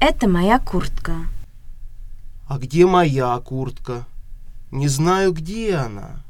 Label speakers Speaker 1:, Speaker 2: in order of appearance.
Speaker 1: Это моя куртка.
Speaker 2: А где моя куртка? Не знаю, где она.